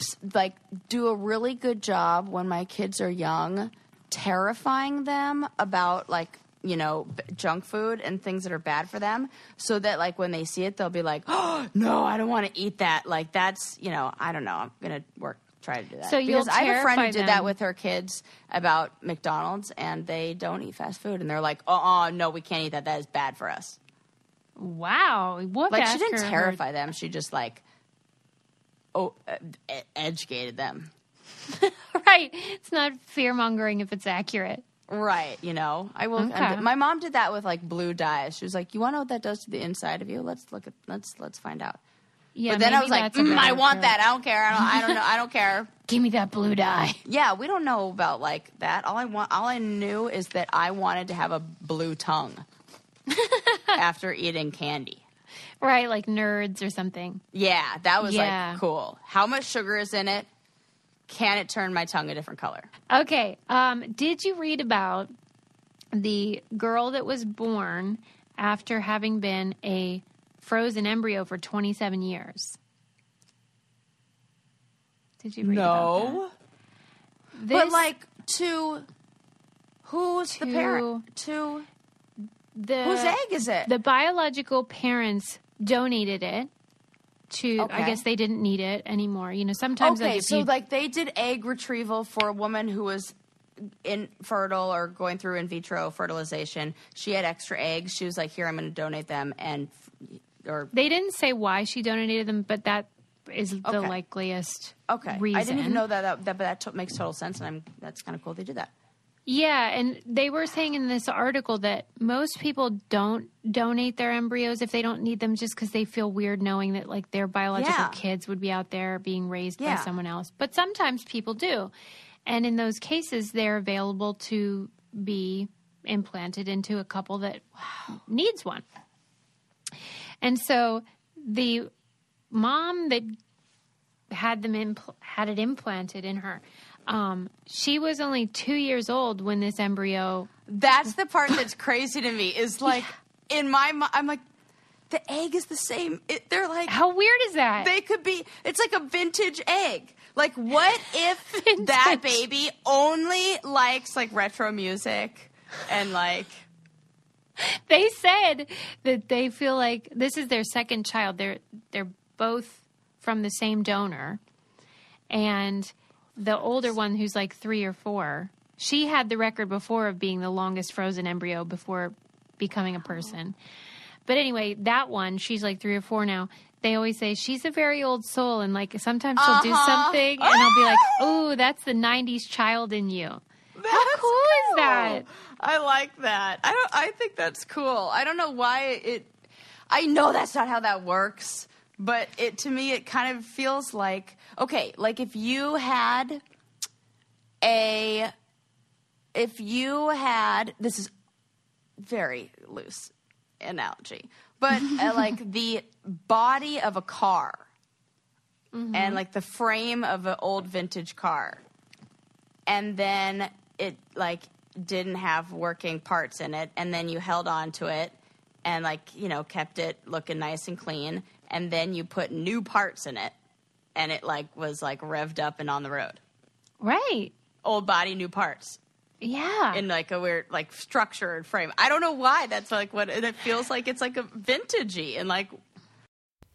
s- like do a really good job when my kids are young terrifying them about like you know b- junk food and things that are bad for them so that like when they see it they'll be like oh no i don't want to eat that like that's you know i don't know i'm gonna work try to do that So you'll because i have a friend terrify who did that them. with her kids about mcdonald's and they don't eat fast food and they're like uh-uh no we can't eat that that is bad for us Wow. We'll have to like she ask didn't her her- terrify them she just like oh uh, e- educated them (laughs) right. It's not fear mongering if it's accurate. right you know i will Okay. my mom did that with like blue dyes she was like you want to know what that does to the inside of you let's look at let's let's find out Yeah, but then i maybe was like that's a "Mm, i better want that approach. i don't care I don't, I don't know i (laughs) don't care Give me that blue dye. (laughs) yeah we don't know about like that all i want all i knew is that i wanted to have a blue (laughs) tongue after eating candy Right, like nerds or something. yeah that was Yeah. like cool how much sugar is in it can it turn my tongue a different color Okay. Um, did you read about the girl that was born after having been a frozen embryo for 27 years? Did you read about no that? But This- like to who's the parent? To the, whose egg is it? the biological parents donated it to i Okay. guess they didn't need it anymore you know sometimes like okay, if so you like they did egg retrieval for a woman who was infertile or going through in vitro fertilization. She had extra eggs. She was like, "Here, I'm going to donate them." And or they didn't say why she donated them but that is the Okay. likeliest okay, reason I didn't even know that. That, that but that to- makes total sense, and I'm that's kind of cool. They did that. yeah and they were saying in this article that most people don't donate their embryos if they don't need them just because they feel weird knowing that like their biological Yeah. kids would be out there being raised by Yeah. someone else but sometimes people do and in those cases they're available to be implanted into a couple that needs one. And so the mom that had them impl- had it implanted in her, um, she was only two years old when this embryo. (laughs) That's the part that's crazy to me. Is like in my mi- I'm like, the egg is the same. It, they're like How weird is that? they could be. It's like a vintage egg. Like what if that baby only likes like retro music and like they said that they feel like this is their second child. They're they're both from the same donor, and the older one, who's like three or four, she had the record before of being the longest frozen embryo before becoming a person. But anyway, that one, she's like three or four now. They always say she's a very old soul, and like sometimes she'll do something, and I'll be like, "Oh, that's the '90s child in you." How That's cool, is that? I like that. I don't. I think that's cool. I don't know why it. I know that's not how that works, but it to me it kind of feels like okay, like if you had a, if you had this is very loose analogy, but (laughs) uh, like the body of a car. Mm-hmm. And like the frame of an old vintage car and then it like didn't have working parts in it and then you held on to it and like you know kept it looking nice and clean and then you put new parts in it and it like was like revved up and on the road Right? old body new parts Yeah. in like a weird like structure and frame i don't know why that's like what and it feels like it's like a vintagey and like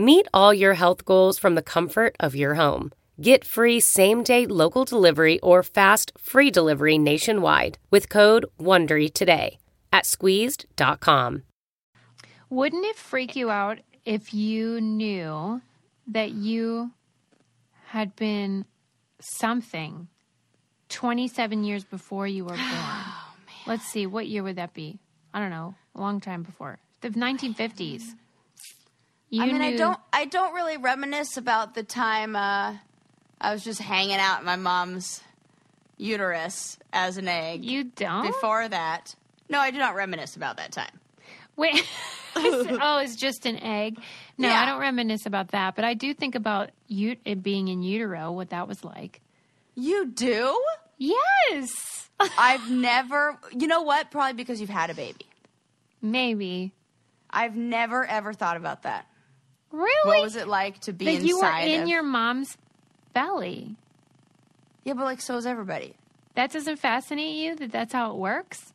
Meet all your health goals from the comfort of your home. Get free same day local delivery or fast free delivery nationwide with code WONDERY today at squeezed.com. Wouldn't it freak you out if you knew that you had been something 27 years before (sighs) you were born? Oh, Let's see, what year would that be? I don't know, a long time before. The 1950s. You I mean, I knew- don't, I don't really reminisce about the time uh, I was just hanging out in my mom's uterus as an egg. You don't? Before that, no, I do not reminisce about that time. (laughs) Wait. (laughs) oh, it's just an egg. No, Yeah. I don't reminisce about that, but I do think about you it being in utero, what that was like. You do? Yes, I've never. You know what? Probably because you've had a baby. maybe. I've never ever thought about that. Really? What was it like to be that you were inside? in of- your mom's belly. yeah, but like so is everybody. That doesn't fascinate you that that's how it works?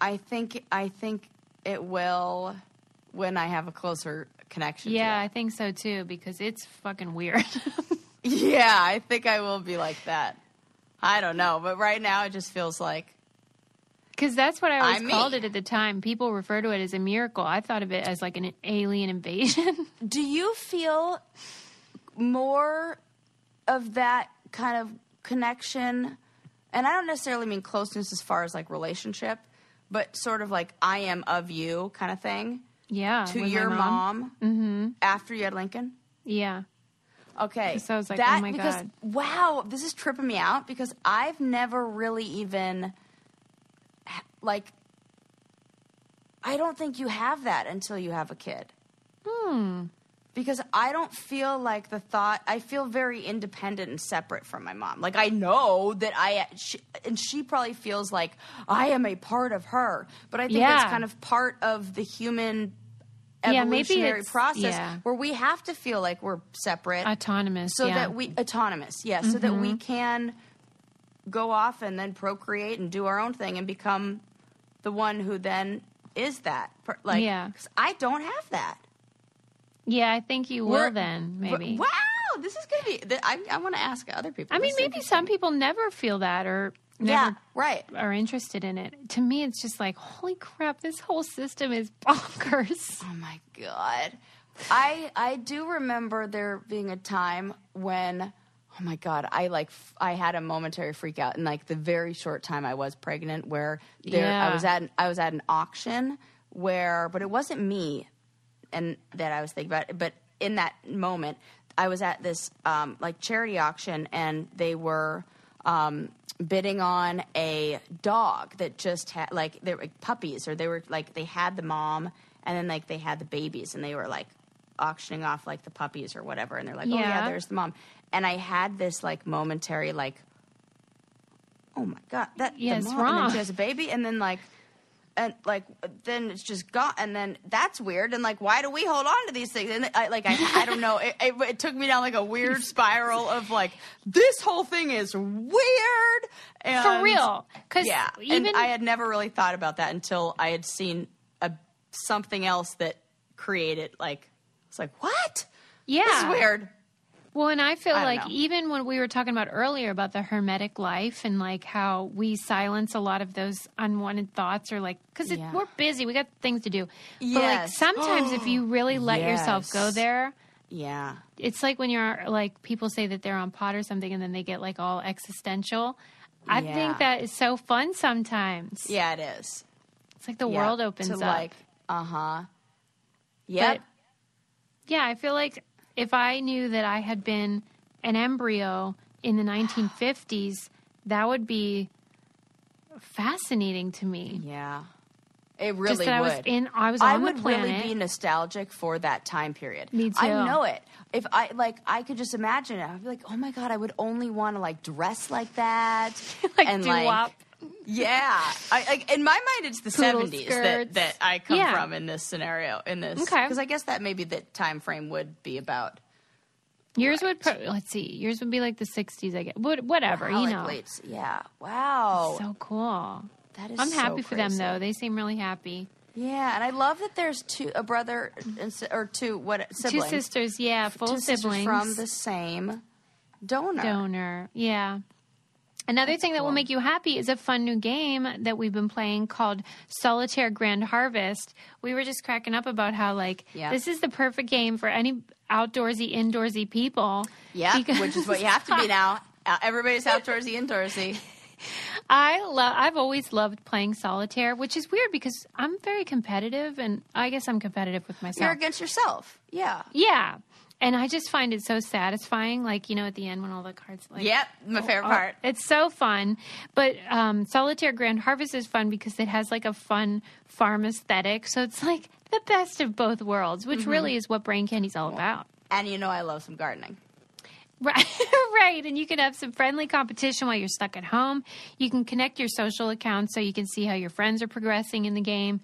I think I think it will when I have a closer connection. yeah, to I think so too because it's fucking weird. (laughs) that. (laughs) yeah. I think I will be like that. I don't know, but right now it just feels like Because that's what I always I mean- called it at the time. People refer to it as a miracle. I thought of it as like an alien invasion. (laughs) Do you feel more of that kind of connection? And I don't necessarily mean closeness as far as like relationship, but sort of like I am of you kind of thing yeah. to Uh, with my Mm-hmm. your mom, after you had Lincoln. Yeah. Okay. So I was like, oh that, my because, God. Wow, this is tripping me out because I've never really even ha- like I don't think you have that until you have a kid. Hmm. Because I don't feel like the thought I feel very independent and separate from my mom. Like I know that I she, and she probably feels like I am a part of her, but I think Yeah. that's kind of part of the human Yeah, maybe evolutionary it's- process yeah. where we have to feel like we're separate Autonomous. so yeah. Mm-hmm. that we autonomous yes so that we can go off and then procreate and do our own thing and become the one who then is that per- like Yeah. 'cause i don't have that Yeah, I think you We're- will then, But- maybe. wow this is gonna be th- i, I want to ask other people I This mean, is maybe some people never feel that or yeah never right are interested in it. To me, it's just like, holy crap, this whole system is (laughs) bonkers. Oh my god. I I do remember there being a time when oh my god, I like f- I had a momentary freak out in like the very short time I was pregnant where there I Yeah. was at an, I was at an auction where but it wasn't me and that I was thinking about but in that moment, I was at this um, like charity auction, and they were um, bidding on a dog that just had like they were like, puppies, or they were like they had the mom, and then like they had the babies, and they were like auctioning off like the puppies or whatever, and they're like, oh yeah, Yeah. there's the mom, and I had this like momentary like. Oh my god! That the Yeah, it's mom, and then wrong. she has a baby, and then like and like then it's just gone and then that's weird and like why do we hold on to these things and i like i, I don't know it, it, it took me down like a (laughs) weird spiral of like this whole thing is weird and For real. Because Um, yeah even and i had never really thought about that until i had seen a, something else that created like it's like what yeah, this is weird Well, and I feel I don't like know. even when we were talking about earlier about the hermetic life and like how we silence a lot of those unwanted thoughts or like because Yeah. we're busy, we got things to do. But like Yes. sometimes if you (gasps) really let yourself go Yes. there, yeah it's like when you're like people say that they're on pot or something and then they get like all existential. I Yeah. think that is so fun sometimes. yeah it is It's like the Yeah, world opens to up. like uh-huh yep But- yeah, I feel like if I knew that I had been an embryo in the 1950s, that would be fascinating to me. yeah it really Just that would I was in, I was on I would the planet. really be nostalgic for that time period. Me too. I know it. If I like, I could just imagine it. I'd be like, oh my god, I would only want to like dress like that, (laughs) Like and doo-wop. like, yeah. I, like in my mind, it's the Poodle seventies skirts. that, that I come Yeah. from in this scenario. In this, Okay. because I guess that maybe the time frame would be about yours would, pro- let's see, yours would be like the 60s, I guess. What, whatever, how, you like, know. late. Yeah. Wow. So cool. that is. I'm so happy for them crazy. though. They seem really happy. Yeah, and I love that there's two a brother and si- or two what siblings Two sisters, yeah, full two sisters siblings from the same donor. donor. Yeah. Another thing that will make you happy is a fun new game that we've been playing called Solitaire Grand Harvest. We were just cracking up about how like Yeah. this is the perfect game for any outdoorsy, indoorsy people. Yeah, Because which is what you have to be now. Uh, everybody's outdoorsy, indoorsy. (laughs) I love. I've always loved playing solitaire, which is weird because I'm very competitive, and I guess I'm competitive with myself. You're against yourself. Yeah. yeah, and I just find it so satisfying. Like you know, at the end when all the cards like Yep, my favorite Oh, part. It's so fun. But um, Solitaire Grand Harvest is fun because it has like a fun farm aesthetic. So it's like the best of both worlds, which really is what brain candy's all about. And you know I love some gardening. Right, (laughs) right. And you can have some friendly competition while you're stuck at home. You can connect your social accounts so you can see how your friends are progressing in the game.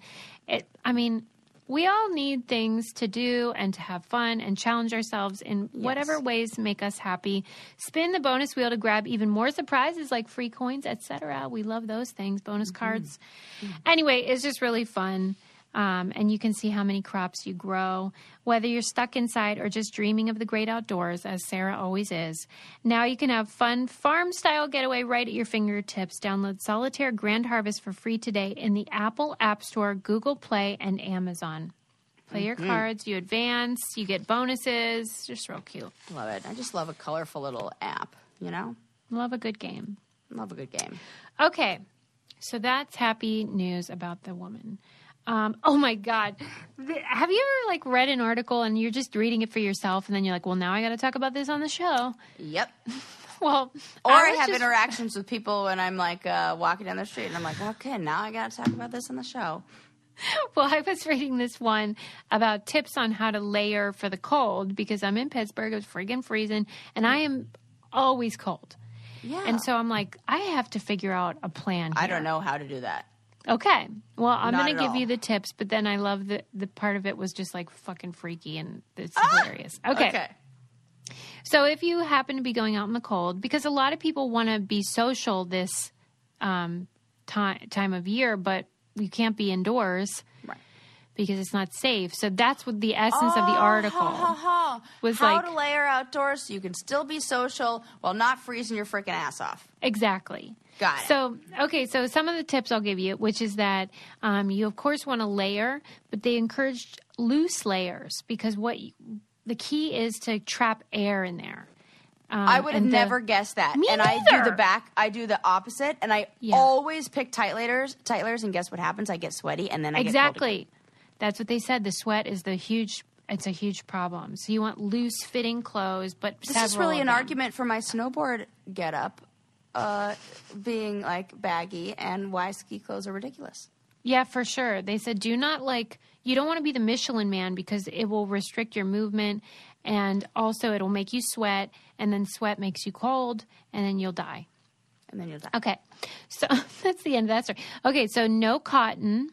It, I mean, we all need things to do and to have fun and challenge ourselves in whatever ways make us happy. Spin the bonus wheel to grab even more surprises like free coins, etc. We love those things, bonus cards. Anyway, it's just really fun. Um, and you can see how many crops you grow, whether you're stuck inside or just dreaming of the great outdoors, as Sarah always is. Now you can have fun farm style getaway right at your fingertips. Download Solitaire Grand Harvest for free today in the Apple App Store, Google Play, and Amazon. Play your cards, you advance, you get bonuses. Just real cute. Love it. I just love a colorful little app, you know? Love a good game. Love a good game. Okay, so that's happy news about the woman. Um, oh my God, Th- have you ever like read an article and you're just reading it for yourself, and then you're like, well, now I got to talk about this on the show. (laughs) Yep. Well, Or I, was have just- interactions with people when I'm like uh, walking down the street and I'm like, okay, now I got to talk about this on the show. (laughs) Well, I was reading this one about tips on how to layer for the cold because I'm in Pittsburgh. It was friggin' freezing, and I am always cold. Yeah. And so I'm like, I have to figure out a plan. I here. don't know how to do that. Okay. Well, I'm Not going to at give all. you the tips, but then I love the the part of it was just like fucking freaky and it's hilarious. Okay. Ah! Okay. So if you happen to be going out in the cold, because a lot of people want to be social this um, time time of year, but you can't be indoors Right. because it's not safe. So that's what the essence of the Ah, article. was How like- to layer outdoors so you can still be social while not freezing your freaking ass off. Exactly. Got it. So, okay, so some of the tips I'll give you, which is that um, you, of course, want to layer, but they encouraged loose layers because what you, the key is to trap air in there. Um, I would have and the- never guessed that. Me and I do neither. the back, I do the opposite, and I Yeah. always pick tight layers, tight layers, and guess what happens? I get sweaty, and then I Exactly. That's what they said. The sweat is the huge it's a huge problem. So you want loose fitting clothes, but This is really an argument for my snowboard getup uh, being like baggy and why ski clothes are ridiculous. Yeah, for sure. They said do not like you don't want to be the Michelin man because it will restrict your movement and also it'll make you sweat and then sweat makes you cold and then you'll die. And then you'll die. Okay. (laughs) So that's the end of that story. Okay, so no cotton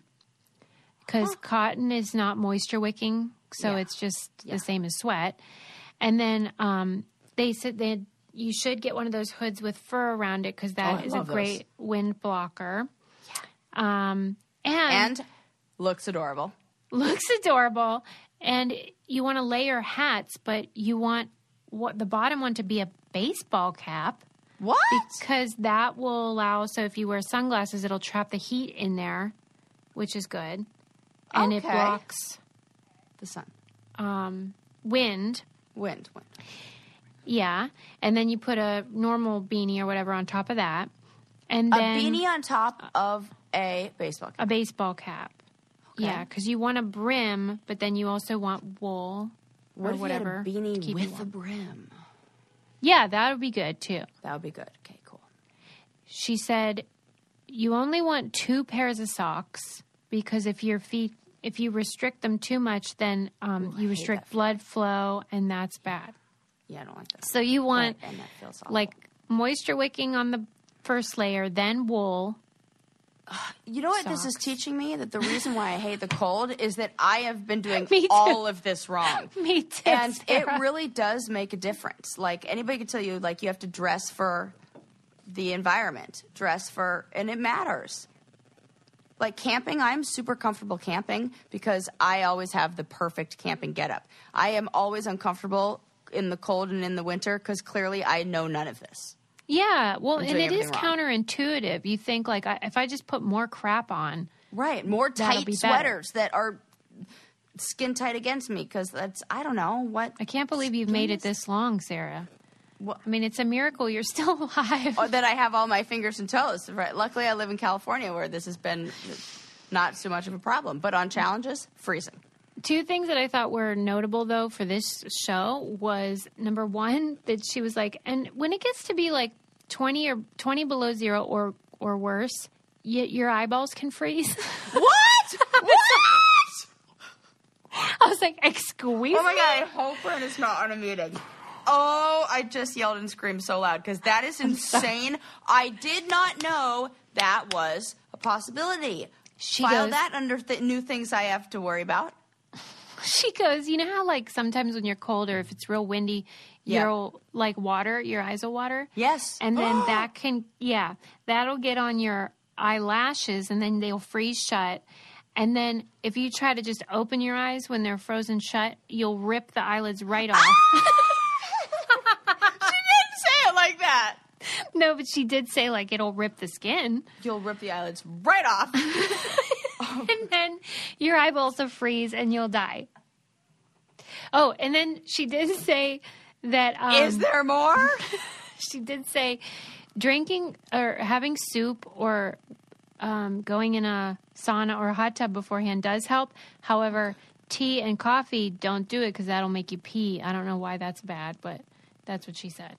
because cotton is not moisture wicking. So it's just the same as sweat. And then um, they said that you should get one of those hoods with fur around it because that Oh, I is a love those. great wind blocker. Um, And looks adorable. looks adorable and you want to layer hats but you want what the bottom one to be a baseball cap What? because that will allow so if you wear sunglasses it'll trap the heat in there which is good and it Okay. blocks the sun. wind Wind. Wind. yeah and then you put a normal beanie or whatever on top of that and A then uh, beanie on top of a baseball cap. a baseball cap yeah because you want a brim but then you also want wool What or if you had a whatever to beanie keep you with warm. a brim. yeah that would be good too That would be good. Okay, cool. she said, You only want two pairs of socks because if your feet, if you restrict them too much, then um, you restrict blood flow and that's bad. Yeah, I don't like that. So you want and that feels awful. like moisture wicking on the first layer, (laughs) then wool. You know what this is teaching me? That the reason why I hate the cold is that I have been doing (laughs) Me too. all of this wrong. (laughs) Me too. and it Sarah. really does make a difference. Like anybody could tell you, like you have to dress for the environment, dress for, and it matters. Like camping, I'm super comfortable camping because I always have the perfect camping getup. I am always uncomfortable in the cold and in the winter because clearly I know none of this. yeah. Well, and doing it is everything wrong. counterintuitive. You think, like, I, if I just put more crap on, Right. More That'll tight be better. sweaters that are skin tight against me because that's, I don't know what. I can't believe you've made it this long, Sarah. I mean, it's a miracle you're still (laughs) alive. or that Oh, I have all my fingers and toes. Right. Luckily, I live in California where this has been not so much of a problem. But on challenges, freezing. Two things that I thought were notable though for this show was number one that she was like, and when it gets to be like twenty or twenty below zero or or worse, y- your eyeballs can freeze. (laughs) (laughs) What? what? I was like, excuse Oh my me? god! I hope Brent is not on a meeting. Oh, I just yelled and screamed so loud because that is insane. I did not know that was a possibility. She File goes- that under th- new things I have to worry about. She goes, you know how like sometimes when you're cold or if it's real windy, Yeah. you'll like water, your eyes will water. Yes. and (gasps) then that can yeah that'll get on your eyelashes and then they'll freeze shut and then if you try to just open your eyes when they're frozen shut you'll rip the (gasps) eyelids right off Say it like that. no but she did say like it'll rip the (laughs) skin You'll rip the eyelids right off. and then your eyeballs will freeze and you'll die oh and then she did (laughs) say that um, is there more? (laughs) she did say drinking or having soup or um, going in a sauna or a hot tub beforehand does help. However, tea and coffee don't do it because that'll make you pee. I don't know why that's bad, but that's what she said.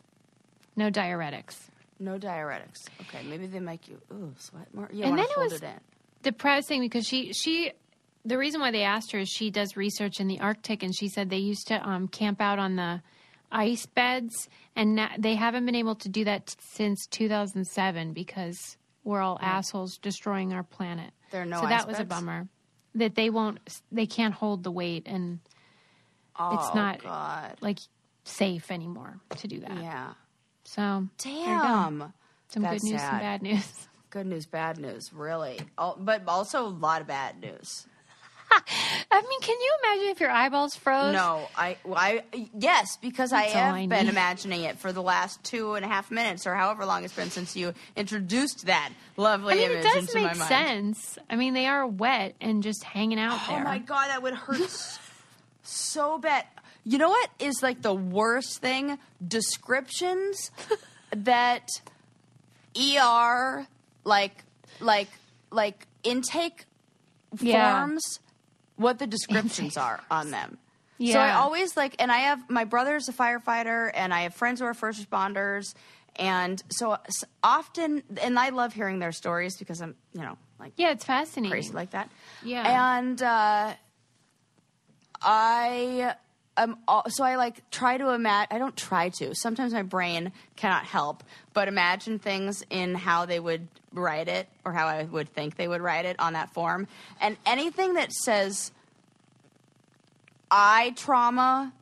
No diuretics. No diuretics. Okay, maybe they make you ooh sweat more. Yeah, And and then then it fold was- it in. Depressing because she she the reason why they asked her is she does research in the Arctic and she said they used to um, camp out on the ice beds and na- they haven't been able to do that t- since 2007 because we're all assholes destroying our planet. There are no so ice that was a beds? bummer that they won't they can't hold the weight and it's not Oh, God. like safe anymore to do that. Yeah. So there you go. Damn. some That's good news, some sad. bad news. (laughs) Good news, bad news, really. Al- but also a lot of bad news. I mean, can you imagine if your eyeballs froze? No, I, well, I yes, because I That's all have I been need. imagining it for the last two and a half minutes, or however long it's been since you introduced that lovely I mean, it image does into my make mind. sense. I mean, they are wet and just hanging out there. Oh my god, that would hurt (laughs) s- so bad. You know what is like the worst thing? Descriptions that ER like like like intake Yeah. forms what the descriptions are on them. So I Yeah. always like, and I have my brother's a firefighter, and I have friends who are first responders, and so s- often, and I love hearing their stories because I'm, you know, like Yeah, it's fascinating. crazy like that. Yeah. And uh, I am al- so I like try to imagine. I don't try to. Sometimes my brain cannot help but imagine things in how they would write it or how I would think they would write it on that form. And anything that says "I trauma."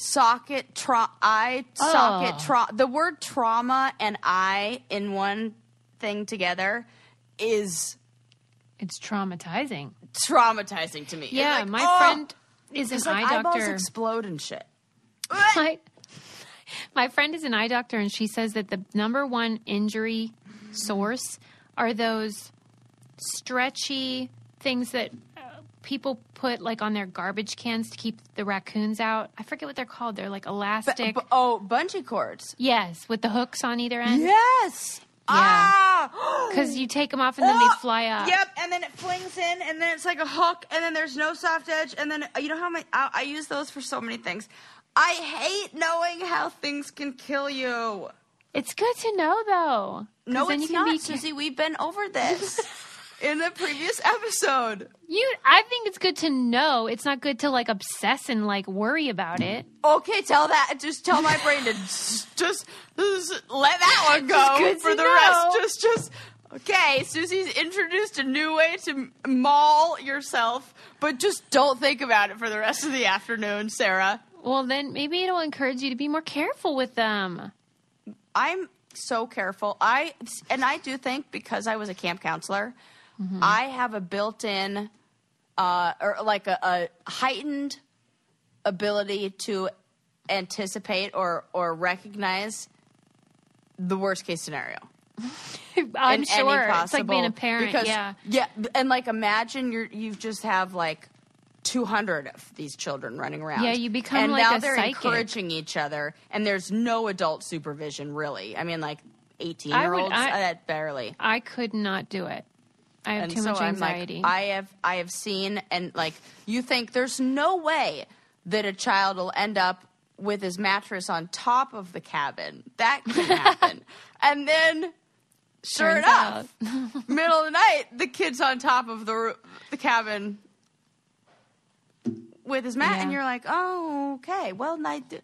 Socket, tra- eye, socket, Oh. tra- the word trauma and I in one thing together is it's traumatizing. traumatizing to me. It's Yeah, like, my oh, friend is an it's like eye eyeballs doctor. explode and shit. (laughs) my, my friend is an eye doctor, and she says that the number one injury source are those stretchy things that uh, people put like on their garbage cans to keep the raccoons out. I forget what they're called. They're like elastic. B- oh, bungee cords. yes, with the hooks on either end. Yes. Ah. (gasps) Because you take them off and Oh, then they fly up. Yep, and then it flings in, and then it's like a hook, and then there's no soft edge, and then you know how my I, I use those for so many things. I hate knowing how things can kill you. It's good to know though. 'Cause No, then it's you can not, be ca- Susie. We've been over (laughs) this in the previous episode. You, I think it's good to know. It's not good to like obsess and like worry about it. Okay, tell that. Just tell my brain to just, just let that one go good for to the know. rest. Just, just. Okay, Susie's introduced a new way to m- maul yourself, but just don't think about it for the rest of the afternoon, Sarah. Well, then maybe it'll encourage you to be more careful with them. I'm so careful. I and I do think because I was a camp counselor, I have a built-in uh, or like a, a heightened ability to anticipate or or recognize the worst case scenario. (laughs) I'm in sure any possible it's like being a parent. because- yeah, yeah, and like imagine you are you just have like. 200 of these children running around. Yeah, you become and like now a they're psychic. encouraging each other, and there's no adult supervision really. I mean, like 18 I year would- olds, I- that barely. I could not do it. I have And too so much I'm anxiety. like, I have I have seen and like you think there's no way that a child will end up with his mattress on top of the cabin. That (laughs) can happen. and then sure Turns enough, middle of the night, the kid's on top of the roo- the cabin with his mat, and Yeah. you're like, oh, okay, well, night.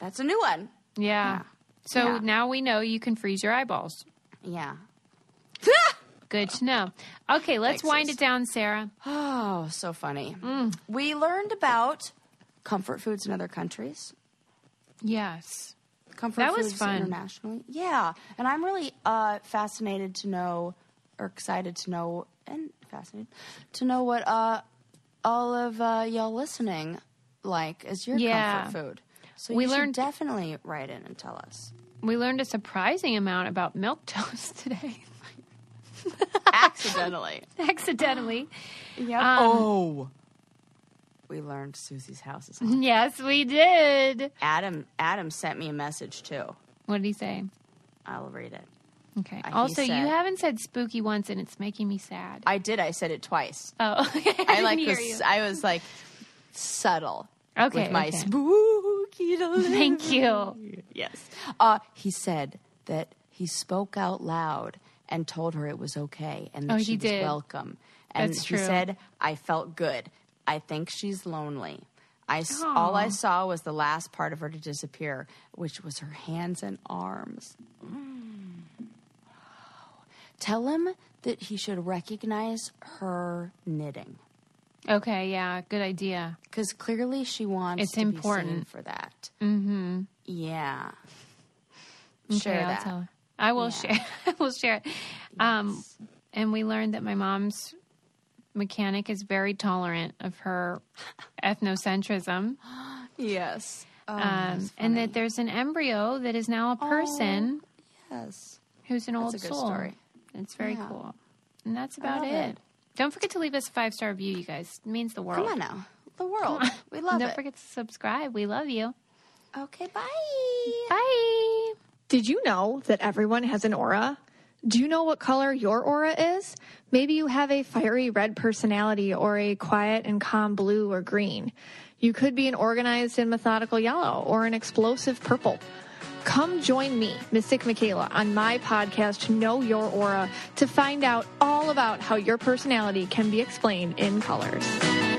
That's a new one. (laughs) yeah. So Yeah. now we know you can freeze your eyeballs. Yeah. Good to know. Okay, let's Thanks, wind sis. it down, Sarah. Oh, so funny. We learned about comfort foods in other countries. Yes. comfort That was foods fun. internationally. Yeah, and I'm really uh, fascinated to know, or excited to know, and fascinated to know what uh, all of uh, y'all listening like as your Yeah. comfort food. So We you should learned- definitely write in and tell (laughs) us. We learned a surprising amount about milk (laughs) toast today, Accidentally, accidentally. yeah. oh, we learned Susie's house Mm-hmm. is. haunted. yes, we did. Adam Adam sent me a message too. What did he say? I'll read it. Okay. Uh, he also, you said- haven't said spooky once, and it's making me sad. I did. I said it twice. oh, (laughs) okay. I like didn't hear this. you. I was like subtle. Okay, With my okay. spooky delivery. Thank you. Yes. Uh, he said that he spoke out loud and told her it was okay and that Oh, she he was did. welcome. And That's he true. said, I felt good. I think she's lonely. I s- all I saw was the last part of her to disappear, which was her hands and arms. Tell him that he should recognize her knitting. Okay, yeah, good idea. Because clearly she wants It's to be seen important. for that. Mm-hmm. Yeah. Share okay, that. I'll tell her. I will share. (laughs) I will share it. Um, and we learned that my mom's mechanic is very tolerant (laughs) of her ethnocentrism, Yes. um, and that there's an embryo that is now a person Oh, Yes. who's an old a good soul. story. It's very cool, and that's about love it. it. Don't forget to leave us a five star review, you guys. It means the world. Come on now. The (laughs) world. We love And Don't it. forget to subscribe. We love you. Okay, bye. Bye. Did you know that everyone has an aura? Do you know what color your aura is? Maybe you have a fiery red personality or a quiet and calm blue or green. You could be an organized and methodical yellow or an explosive purple. Come join me, Mystic Michaela, on my podcast, Know Your Aura, to find out all about how your personality can be explained in colors.